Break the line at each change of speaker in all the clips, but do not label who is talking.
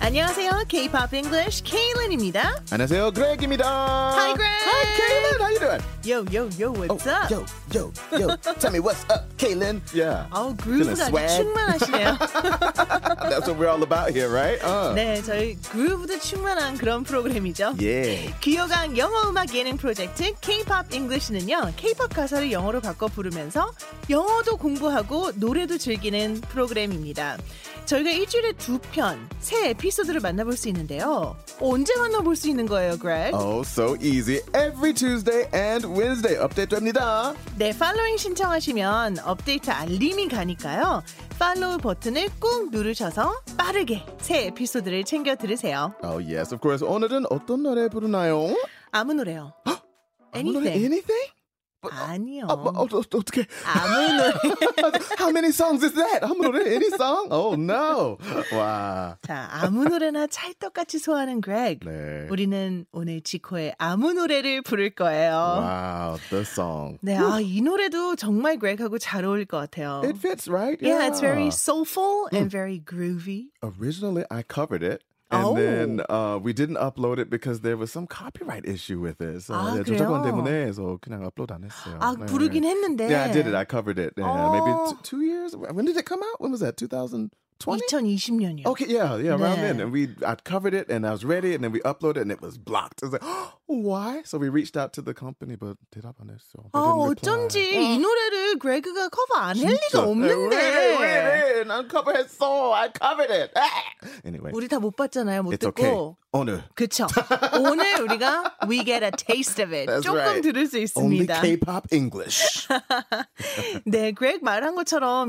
안녕하세요. K-pop English 케일린입니다.
안녕하세요, 그렉입니다.
Hi, Greg.
Hi, Kaylin. How you doing?
Yo, yo, yo, what's up?
Yo, yo, yo. Tell me what's up, Kaylin.
Yeah.
아우
Feeling
그루브가 아주
swag.
충만하시네요.
That's what we're all about here, right? Uh.
네, 저희 그루브도 충만한 그런 프로그램이죠.
예. Yeah.
귀요강 영어 음악 예능 프로젝트 K-pop English는요. K-pop 가사를 영어로 바꿔 부르면서 영어도 공부하고 노래도 즐기는 프로그램입니다. 저희가 일주일에 두 편, 세 에피소드를 만나볼 수 있는데요. 언제 만나볼 수 있는 거예요, Greg?
Oh, so easy. Every Tuesday and Wednesday 업데이트합니다.
네, 팔로잉 신청하시면 업데이트 알림이 가니까요. 팔로우 버튼을 꾹 누르셔서 빠르게 새 에피소드를 챙겨 들으세요.
Oh, yes, of course. 오늘은 어떤 노래 부르나요?
아무 노래요.
아무 노래,
Anything.
Anything?
아니요.
아, 뭐, 어, 어, 어떻게?
아무 노래.
How many songs is that? 아무 노래, any song? Oh, no. 와.
자, 아무 노래나 찰떡같이 소화하는 Greg.
네.
우리는 오늘 지코의 아무 노래를 부를 거예요.
Wow, the song.
네, 아, 이 노래도 정말 Greg하고 잘 어울릴 것 같아요.
It fits, right?
yeah, it's very soulful
음.
and very groovy.
Originally, I covered it. And
Oh.
then uh, we didn't upload it because there was some copyright issue with it. So,
아,
네, 저작권
Ah, 그래요?
때문에 so 그냥 upload 안 했어요.
아,
네.
부르긴 했는데.
Yeah, I did it. I covered it. Yeah, maybe
어.
t- two years. When did it come out? When was that? 2020?
2020년이요.
Okay, yeah, yeah, around then.
네.
And we I covered it and I was ready and then we uploaded it and it was blocked. It's like, why? So we reached out to the company, but did I so
아, 어쩐지 이 노래를 그레그가 커버 안 할 리가 없는데.
Really, really, and uncover his soul. I covered it. Ah! Anyway,
네. 우리 다 못 봤잖아요. 못
it's okay.
듣고.
Honor.
그쵸. 오늘 우리가 we get a taste of it.
That's
조금
right.
들을 수
Only
있습니다.
K-pop English.
네, 그렉 말한 것처럼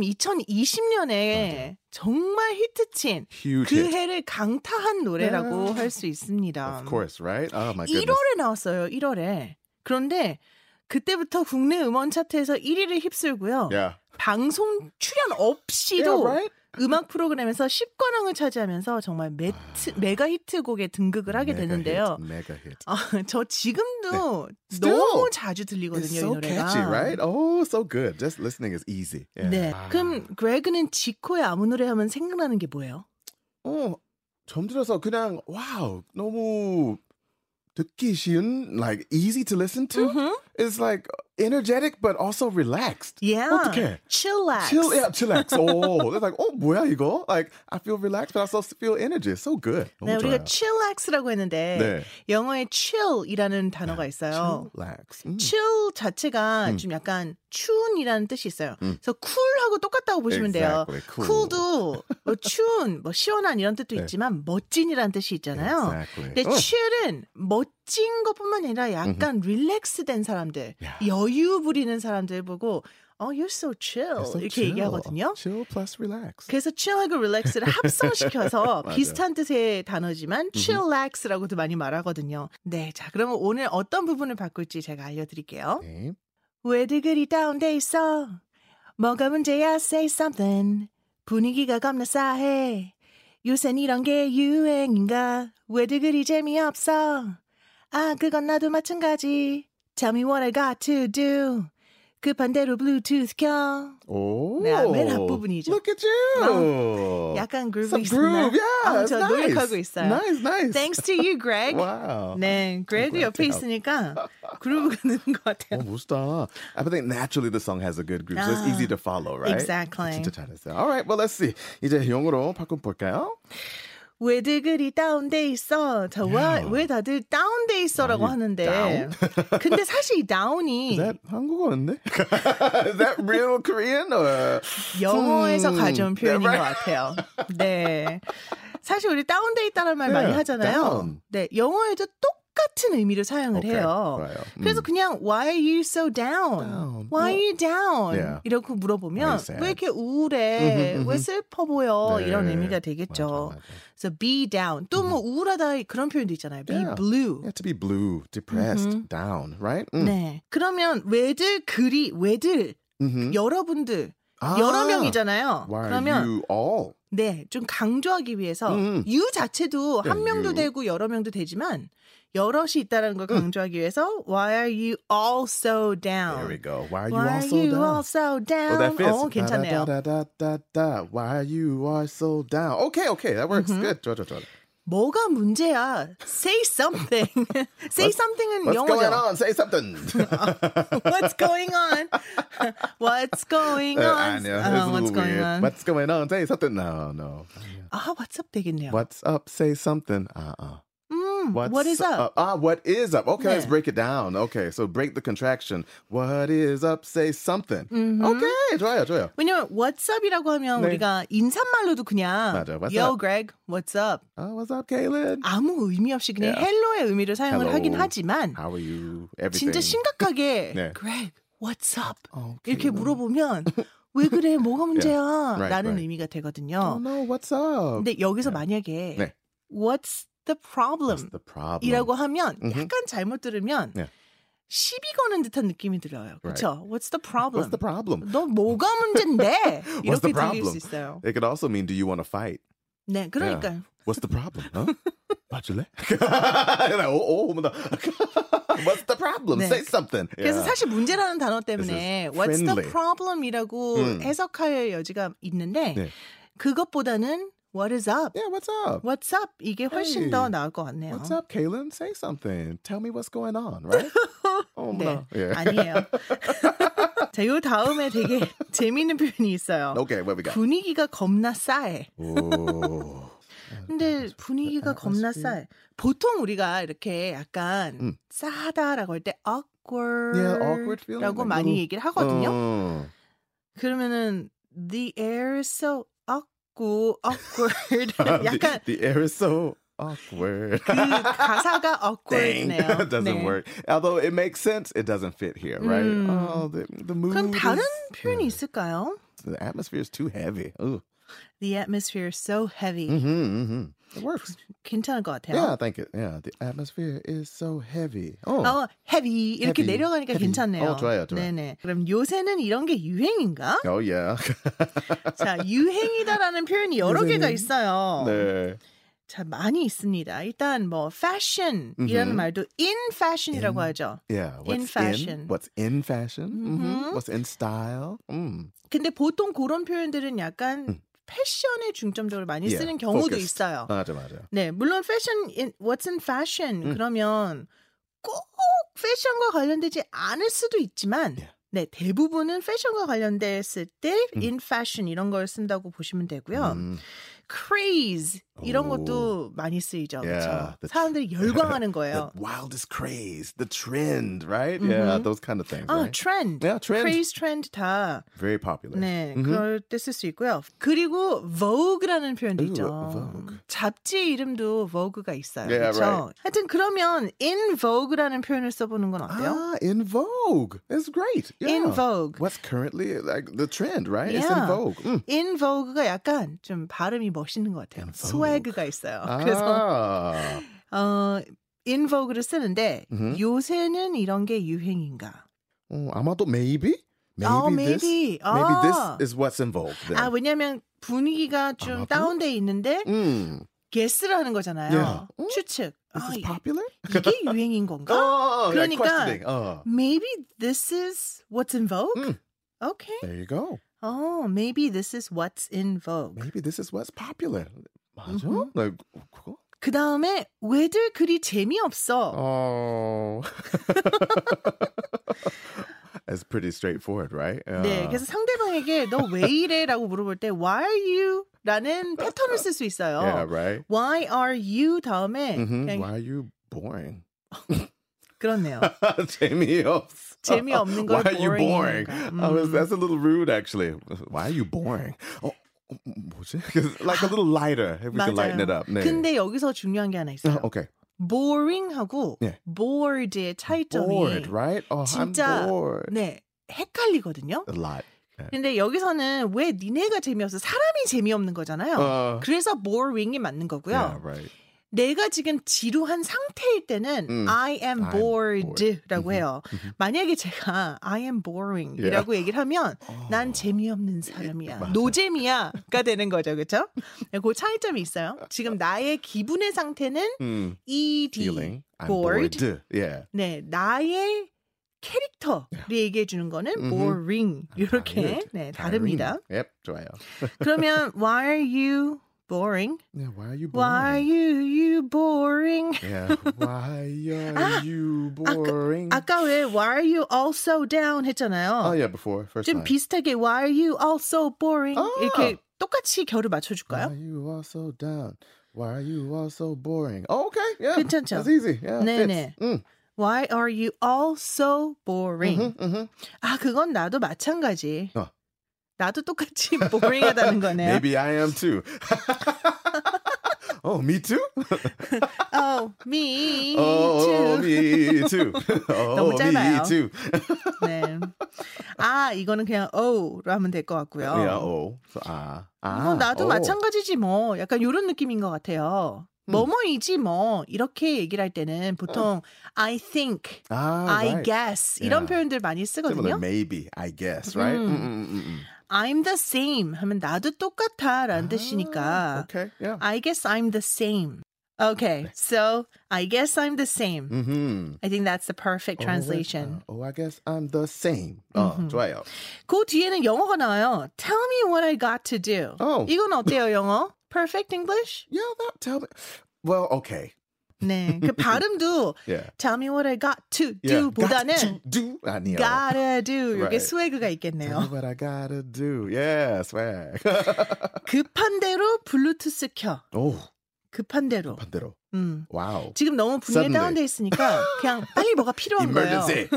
2020년에 정말 히트친
Huge
그
hit.
해를 강타한 노래라고
Yeah.
할 수 있습니다.
Of course, right? Oh my goodness.
1월에 나왔어요. 1월에. 그런데 그때부터 국내 음원 차트에서 1위를 휩쓸고요.
Yeah.
방송 출연 없이도
Yeah, right?
음악 프로그램에서 10관왕을 차지하면서 정말
아.
매트, 메가 히트곡에 등극을 하게
Mega
되는데요.
hit, Mega hit.
아, 저 지금도
네. Still.
너무 자주 들리거든요,
It's
이
so
노래가.
catchy, right? Oh, so good. Just listening is easy. Yeah. Ah.
네. 그럼 그레그는 지코의 아무 노래 하면 생각나는 게 뭐예요?
어, 점들어서 그냥 wow, 너무 듣기 쉬운, like easy to listen to.
음?
It's like energetic but also relaxed.
Yeah.
어떡해?
Chillax.
Chill, yeah, chillax. Oh, it's like, oh, 뭐야 이거? Like, I feel relaxed, but I also feel energy. It's so good. 너무
네, 우리가
좋아요.
chillax라고 했는데
네.
영어에 chill이라는 단어가 있어요.
Chillax. Mm. 음.
chill 자체가 좀 약간 추운이라는 뜻이 있어요.
음.
그래서 cool하고 똑같다고 보시면 돼요.
Exactly, cool.
cool도 뭐 추운, 뭐 시원한 이런 뜻도 있지만 멋진이라는 뜻이 있잖아요.
네. Exactly. Oh,
근데
어.
chill은 멋진 것뿐만 아니라 약간 릴렉스된 사람들, 여유 부리는 사람들 보고 어, you're so chill
It's so
이렇게
chill.
얘기하거든요.
Chill plus relax.
그래서 chill하고 relax를 합성시켜서 비슷한 뜻의 단어지만 chillax라고도 많이 말하거든요. 네, 자 그러면 오늘 어떤 부분을 바꿀지 제가 알려드릴게요.
네.
왜들 그리 다운돼 있어? 뭐가 문제야? Say something. 분위기가 겁나 싸해. 요샌 이런 게 유행인가? 왜들 그리 재미없어? 아, 그건 나도 마찬가지. Tell me what I got to do. 급한 대로 블루투스 켜.
오.
네, 맨 앞부분이죠.
Oh, Look at you.
약간
Some
그루브
groove, yeah.
아,
it's
저
nice.
노력하고 있어요.
Nice, nice.
Thanks to you, Greg.
Wow.
네, Greg 옆에 있으니까 그루브가 느는 것 같아요.
어, 멋있다. uh, I think naturally the song has a good groove, so it's
아,
easy to follow, right?
exactly.
진짜 잘했어요. All right, well, let's see. 이제 영어로 바꿔볼까요?
왜들 그리 다운돼 있어? 자, 와, 왜 다들 다운돼 있어라고 하는데. 근데 사실 이 다운이
아, Is that 한국어인데? Is that real Korean? Or...
영어에서
음,
가져온 표현인
네, right.
것 같아요. 네. 사실 우리 다운돼 있다는 말 많이
네,
하잖아요.
down.
네, 영어에도 똑같은 의미로 사용을
Okay,
해요.
좋아요. 음.
그래서 그냥 Why are you so down?
Down.
Why are you down?
Yeah.
이렇게
Very
물어보면
sad. Mm-hmm,
왜 이렇게 우울해? 왜 슬퍼 보여?
네.
이런 의미가 되겠죠.
맞아, 맞아.
그래서 be down. 또 뭐 우울하다 그런 표현도 있잖아요. Be
Yeah.
blue.
Yeah, to be blue, depressed,
Mm-hmm.
down, right? Mm, 음.
네. 그러면 왜들 그리 왜들
음흠.
여러분들
아,
여러 명이잖아요.
mm-hmm. Ah, Why
그러면
are you all?
네, 좀 강조하기 위해서
음.
유 자체도
네,
한 명도
you.
되고 여러 명도 되지만 여럿이 있다는 걸 강조하기 위해서 why are you all so
There we
down?
go. Why are you
Why
all
are
so
you
down?
all so
Oh,
down?
that fits.
어, 괜찮네요. Mm-hmm. Mm,
Da, da, da, da, da, da. Why you are so down. Okay, okay, that works. Good. 좋아, 좋아, 좋아.
뭐가 문제야? Say something. Say something은
What's
영어죠.
going on? Say something.
What's going on? What's going
아,
on?
아니야.
어,
It's
what's going
weird.
on?
What's going on? Say something. No, no. 아니야.
아, what's up 되겠네요.
What's up? Say something. Uh-uh.
음,
What's
what is up?
Ah, what is up? Okay, let's
네.
break it down. Okay, so break the contraction. What is up? Say something.
Mm-hmm.
Okay, 좋아요, 좋아요.
왜냐면 what's up이라고 하면
네.
우리가 인사말로도 그냥
맞아요. What's
Yo,
up?
Greg, what's up?
Oh, what's up, Kaylin?
아무 의미 없이 그냥
Yeah.
헬로의 의미를 사용을
Hello.
하긴 하지만
How are you? Everything.
진짜 심각하게
네.
Greg, what's up?
Oh,
이렇게
Kaylin.
물어보면 왜 그래? 뭐가 문제야?
Right,
라는
right.
의미가
Oh
되거든요.
no, what's up?
근데 여기서
네.
만약에
네.
what's the
What's
problem?
the problem? Mm-hmm.
이라고 하면
음흠.
약간 잘못 들으면
네.
시비 거는 듯한 느낌이 들어요. 그렇죠? What's the problem?
What's the problem?
너 뭐가 문제인데? 이렇게
What's the
들릴 수
problem?
있어요.
It could also mean, do you want to fight?
네, 그러니까 요
What's the problem? Huh? 맞을래? like, oh, oh, 어머나. What's the problem?
네.
Say something.
그래서
Yeah.
사실 문제라는 단어 때문에
This is
What's the
friendly.
problem이라고
음.
해석할 여지가 있는데
네.
그것보다는 What is up?
Yeah, what's up?
What's up? 이게 훨씬
Hey.
더 나을 것 같네요.
What's up, Kaylin? Say something. Tell me what's going on, right? oh,
네,
no. Yeah.
아니에요. 자, 요 다음에 되게 재미있는 표현이 있어요.
okay, what we got?
분위기가 겁나 싸해.
Ooh.
근데 분위기가 겁나 싸해. 보통 우리가 이렇게 약간
음.
싸다라고 할 때
Yeah, awkward feeling,
awkward라고
like
많이
little-
얘기를 하거든요.
어.
그러면은 the air is so awkward, awkward.
아, 네.
약간
the, the air is so awkward.
그 가사가
Dang,
awkward네요.
that
네.
doesn't work. Although it makes sense, it doesn't fit here, right?
Mm.
Oh, the, the mood.
그럼 다른
is-
표현이 있을까요?
The atmosphere is too heavy. Ooh.
The atmosphere is so heavy.
Mm-hmm, hmm It works.
괜찮을 것 같아요.
Yeah, I think it. Yeah, the atmosphere is so heavy. Oh,
어, heavy 이렇게
Heavy,
내려가니까
heavy.
괜찮네요.
어, 좋아요, 좋아요.
네네. 그럼 요새는 이런 게 유행인가?
oh yeah.
자, 유행이다라는 표현이 여러 개가 있어요.
네.
자, 많이 있습니다. 일단 뭐 fashion이라는
음흠.
말도 in fashion이라고
In.
하죠.
Yeah. What's
fashion.
what's in fashion? Mm-hmm.
Mhm.
What's in style? Mm.
근데 보통 그런 표현들은 약간
음.
패션에 중점적으로 많이
Yeah,
쓰는 경우도
focused.
있어요.
맞아, 맞아.
네, 물론 패션 in, what's in fashion
음.
그러면 꼭 패션과 관련되지 않을 수도 있지만
Yeah.
네, 대부분은 패션과 관련됐을 때
음.
in fashion 이런 걸 쓴다고 보시면 되고요.
Mm.
craze 이런
오.
것도 많이 쓰이죠. 그쵸?
Yeah, the-
사람들이 열광하는 거예요.
The wildest craze, the trend, right? Yeah,
Mhm.
those kind of things.
아,
right?
트렌드.
yeah, trend.
craze 트렌드 다.
Very popular.
네,
Mhm.
그럴 때 쓸 수 있고요. 그리고 vogue라는 표현도
Ooh,
있죠.
아, Vogue.
잡지 이름도 vogue가 있어요.
Yeah,
그렇죠?
right.
하여튼 그러면 in vogue라는 표현을 써보는 건 어때요?
Ah, in vogue. That's great. 아, Yeah.
in vogue.
What's currently like the trend, right? It's
Yeah.
in vogue. Mm.
in vogue가 약간 좀 발음이 멋있는 것 같아요.
In Vogue. 아.
스웨그가 있어요. 그래서
Ah.
어, in vogue를 쓰는데
음흠.
요새는 이런 게 유행인가?
어, 아마도 maybe? Maybe
어,
this
maybe.
maybe
아.
this is what's involved. Then.
아 왜냐면 분위기가 좀
아마도?
다운돼 있는데
mm.
게스라는 거잖아요.
Yeah. 어?
추측. 아,
This is
이-
popular?
이게 유행인 건가?
Oh, yeah,
그러니까-
questioning. Oh.
Maybe this is what's in vogue.
음.
Okay.
There you go.
Oh, maybe this is what's in vogue.
Maybe this is what's popular. 맞아?
Mhm.
Like, 그거?
그 다음에 왜들 그리 재미없어?
Oh. That's pretty straightforward, right?
네,
Yeah.
그래서 상대방에게 너 왜 이래라고 물어볼 때 Why are you? 라는 패턴을 쓸 수 있어요.
Yeah, right?
Why are you 다음에
Mhm.
그냥
Why are you boring?
그렇네요.
재미없어.
재미없는 걸
Why are you
boring이라는 oh
boring?
거야.
I was,
음.
that's a little rude, actually. Why are you boring? Oh, 어, 어, 뭐지? 'Cause like a little lighter, if we could lighten it up. 네.
근데 여기서 중요한 게 하나 있어요.
아, okay.
boring하고
예.
bored의 차이점이
Bored, right? Oh,
진짜-
I'm bored.
네 헷갈리거든요.
A lot.
근데 여기서는 왜 니네가 재미없어? 사람이 재미없는 거잖아요.
어.
그래서 boring이 맞는 거고요.
Uh, Yeah, right.
내가 지금 지루한 상태일 때는
음.
I am
I'm
bored라고 해요. 만약에 제가 I am boring이라고 얘기를 하면
어. Oh.
난 재미없는 사람이야, 노잼이야가 되는 거죠, 그렇죠? 그 차이점이 있어요. 지금 나의 기분의 상태는
Mm.
ed,
Feeling. I'm
bored.
bored. Yeah.
네, 나의 캐릭터를 얘기해 주는 거는
음흠.
boring 이렇게 네,
Tiring.
다릅니다.
Yep, 좋아요.
그러면 why are you boring.
Yeah, why are you boring?
Why Ah, you you boring?
Yeah, why are you boring?
아까 왜 why are you also down 했잖아요.
oh yeah, before first
좀
time.
비슷하게 why are you also boring
아. 예.
이렇게 똑같이 결을
Why are
맞춰줄까요?
you all so down? Why are you all so boring? Oh, okay, yeah,
괜찮죠?
That's easy. Yeah,
네네.
fits. Mm,
Why are you also boring?
mhm, mhm.
아 그건 나도 마찬가지.
어.
나도 똑같이 boring하다는 거네요.
Maybe I am too. oh, me too.
Oh, me
Oh,
too.
me too. oh,
너무 짧아요.
me too. 어.
네. 아 이거는 그냥 oh로 하면 될 것 같고요.
Yeah, oh, so ah, ah.
이건 뭐 나도
oh.
마찬가지지 뭐. 약간 이런 느낌인 것 같아요. 뭐뭐이지 뭐 이렇게 얘기를 할 때는 보통 I think,
Ah,
I
right.
guess 이런
Yeah.
표현들 많이
Similar,
어, 쓰거든요.
maybe, I guess, right?
Mm.
Mm, mm, mm, mm.
I'm the same 하면 나도 똑같아라는
Ah,
뜻이니까
Okay, yeah.
I guess I'm the same. Okay, so I guess I'm the same.
Mm-hmm.
I think that's the perfect translation. Mm-hmm.
Oh, I guess I'm the same. Oh, 좋아요.
그 뒤에는 영어가 나와요. Tell me what I got to do.
Oh.
이건 어때요, 영어? Perfect English?
Yeah, that tell me. Well, okay.
네, 그 발음도
Yeah.
Tell me what I got to
yeah.
do 보다는
got to do 아니요.
gotta do 이게
Right.
스웨그가
Tell me
있겠네요.
what I gotta do. Yeah, swag.
급한 대로 블루투스 켜.
oh,
급한 대로.
반대로.
음.
Wow.
지금 너무 분위기
Suddenly.
다운돼 있으니까 그냥 빨리 뭐가 필요한 거예요.
Emergency.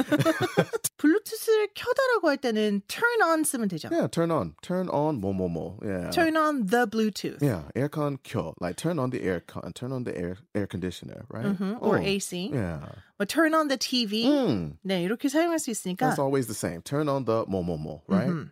블루투스를 켜다라고 할 때는 turn on 쓰면 되죠.
yeah, turn on. Turn on 뭐뭐뭐. Yeah.
Turn on the Bluetooth.
yeah, aircon 켜. Like turn on the aircon, turn on the air air conditioner, right?
Mhm, Or
Oh,
AC.
Yeah.
Or turn on the TV.
Mm.
네, 이렇게 사용할 수 있으니까
That's always the same. Turn on the 뭐뭐뭐, right?
Mhm.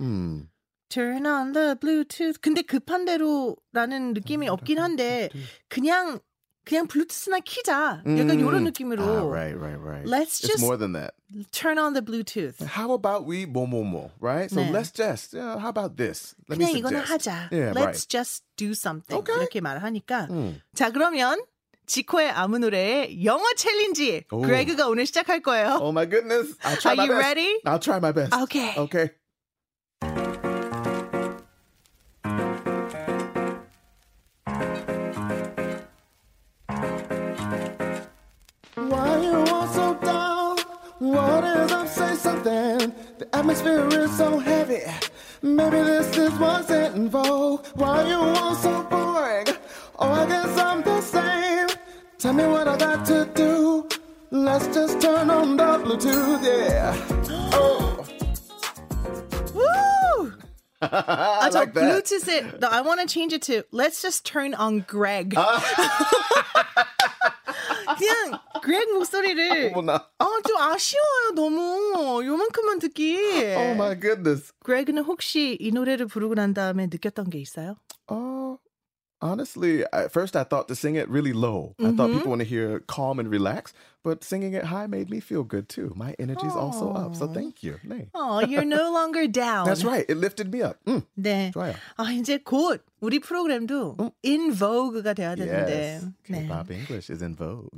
Hmm.
Turn on the Bluetooth. 근데 급한 대로라는
음,
느낌이 없긴 한데 그냥 그냥 블루투스나 키자. 약간
음.
이런 느낌으로
Ah, right, right, right.
Let's
it's
just-
more than that.
Turn on the Bluetooth.
How about we 뭐뭐뭐, right? So
네.
let's just. Yeah, how about this? Let me
그냥 이거는
suggest.
하자.
Yeah,
Let's
right.
just do something.
Okay.
이렇게 말하니까
음.
자 그러면 지코의 아무 노래의 영어 챌린지
오.
그레그가 오늘 시작할 거예요.
Oh my goodness! I'll try
Are
my
you
best.
ready?
I'll try my best.
Okay.
Okay.
Why you all so down? What is up? Say something. The atmosphere is so heavy. Maybe this is what's in vogue. Why you all so boring? Oh, I guess I'm the same. Tell me what I got to do. Let's just turn on the Bluetooth, yeah. Oh,
Woo!
I
아저
like that.
블루투스 no, I want to change it to Let's just turn on Greg.
Uh.
그냥 Greg 목소리를
어머나. 뭐.
아좀 아쉬워요 너무 요만큼만 듣기.
Oh my goodness.
Greg는 혹시 이 노래를 부르고 난 다음에 느꼈던 게 있어요?
Oh, honestly, at first I thought to sing it really low. I thought people want to hear calm and relaxed, but singing it high made me feel good too. My energy's also up, so thank you. 네.
Oh, you're no longer down.
That's right. It lifted me up. Mm,
네.
좋아요.
아 이제 곧 우리 프로그램도 in vogue가 돼야 되는데. 네.
Yes. K-pop English is in vogue.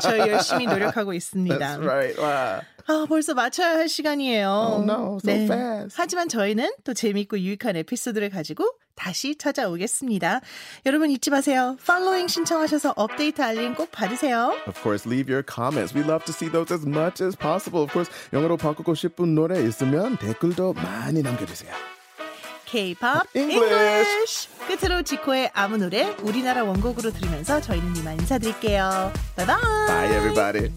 저 열심히 노력하고 있습니다.
That's right. Wow.
아, 벌써 맞춰야 할 시간이에요. 네.
Oh, no. So fast.
하지만 저희는 또 재밌고 유익한 에피소드를 가지고 다시 찾아오겠습니다. 여러분 잊지 마세요. 팔로잉 신청하셔서 업데이트 알림 꼭 받으세요.
Of course, leave your comments. We love to see those as much as possible. Of course, 영어로 바꾸고 싶은 노래 있으면 댓글도 많이 남겨주세요.
K-pop
English.
English. 끝으로 지코의 아무 노래 우리나라 원곡으로 들으면서 저희는 이만 인사드릴게요. 바이바이.
Bye, everybody.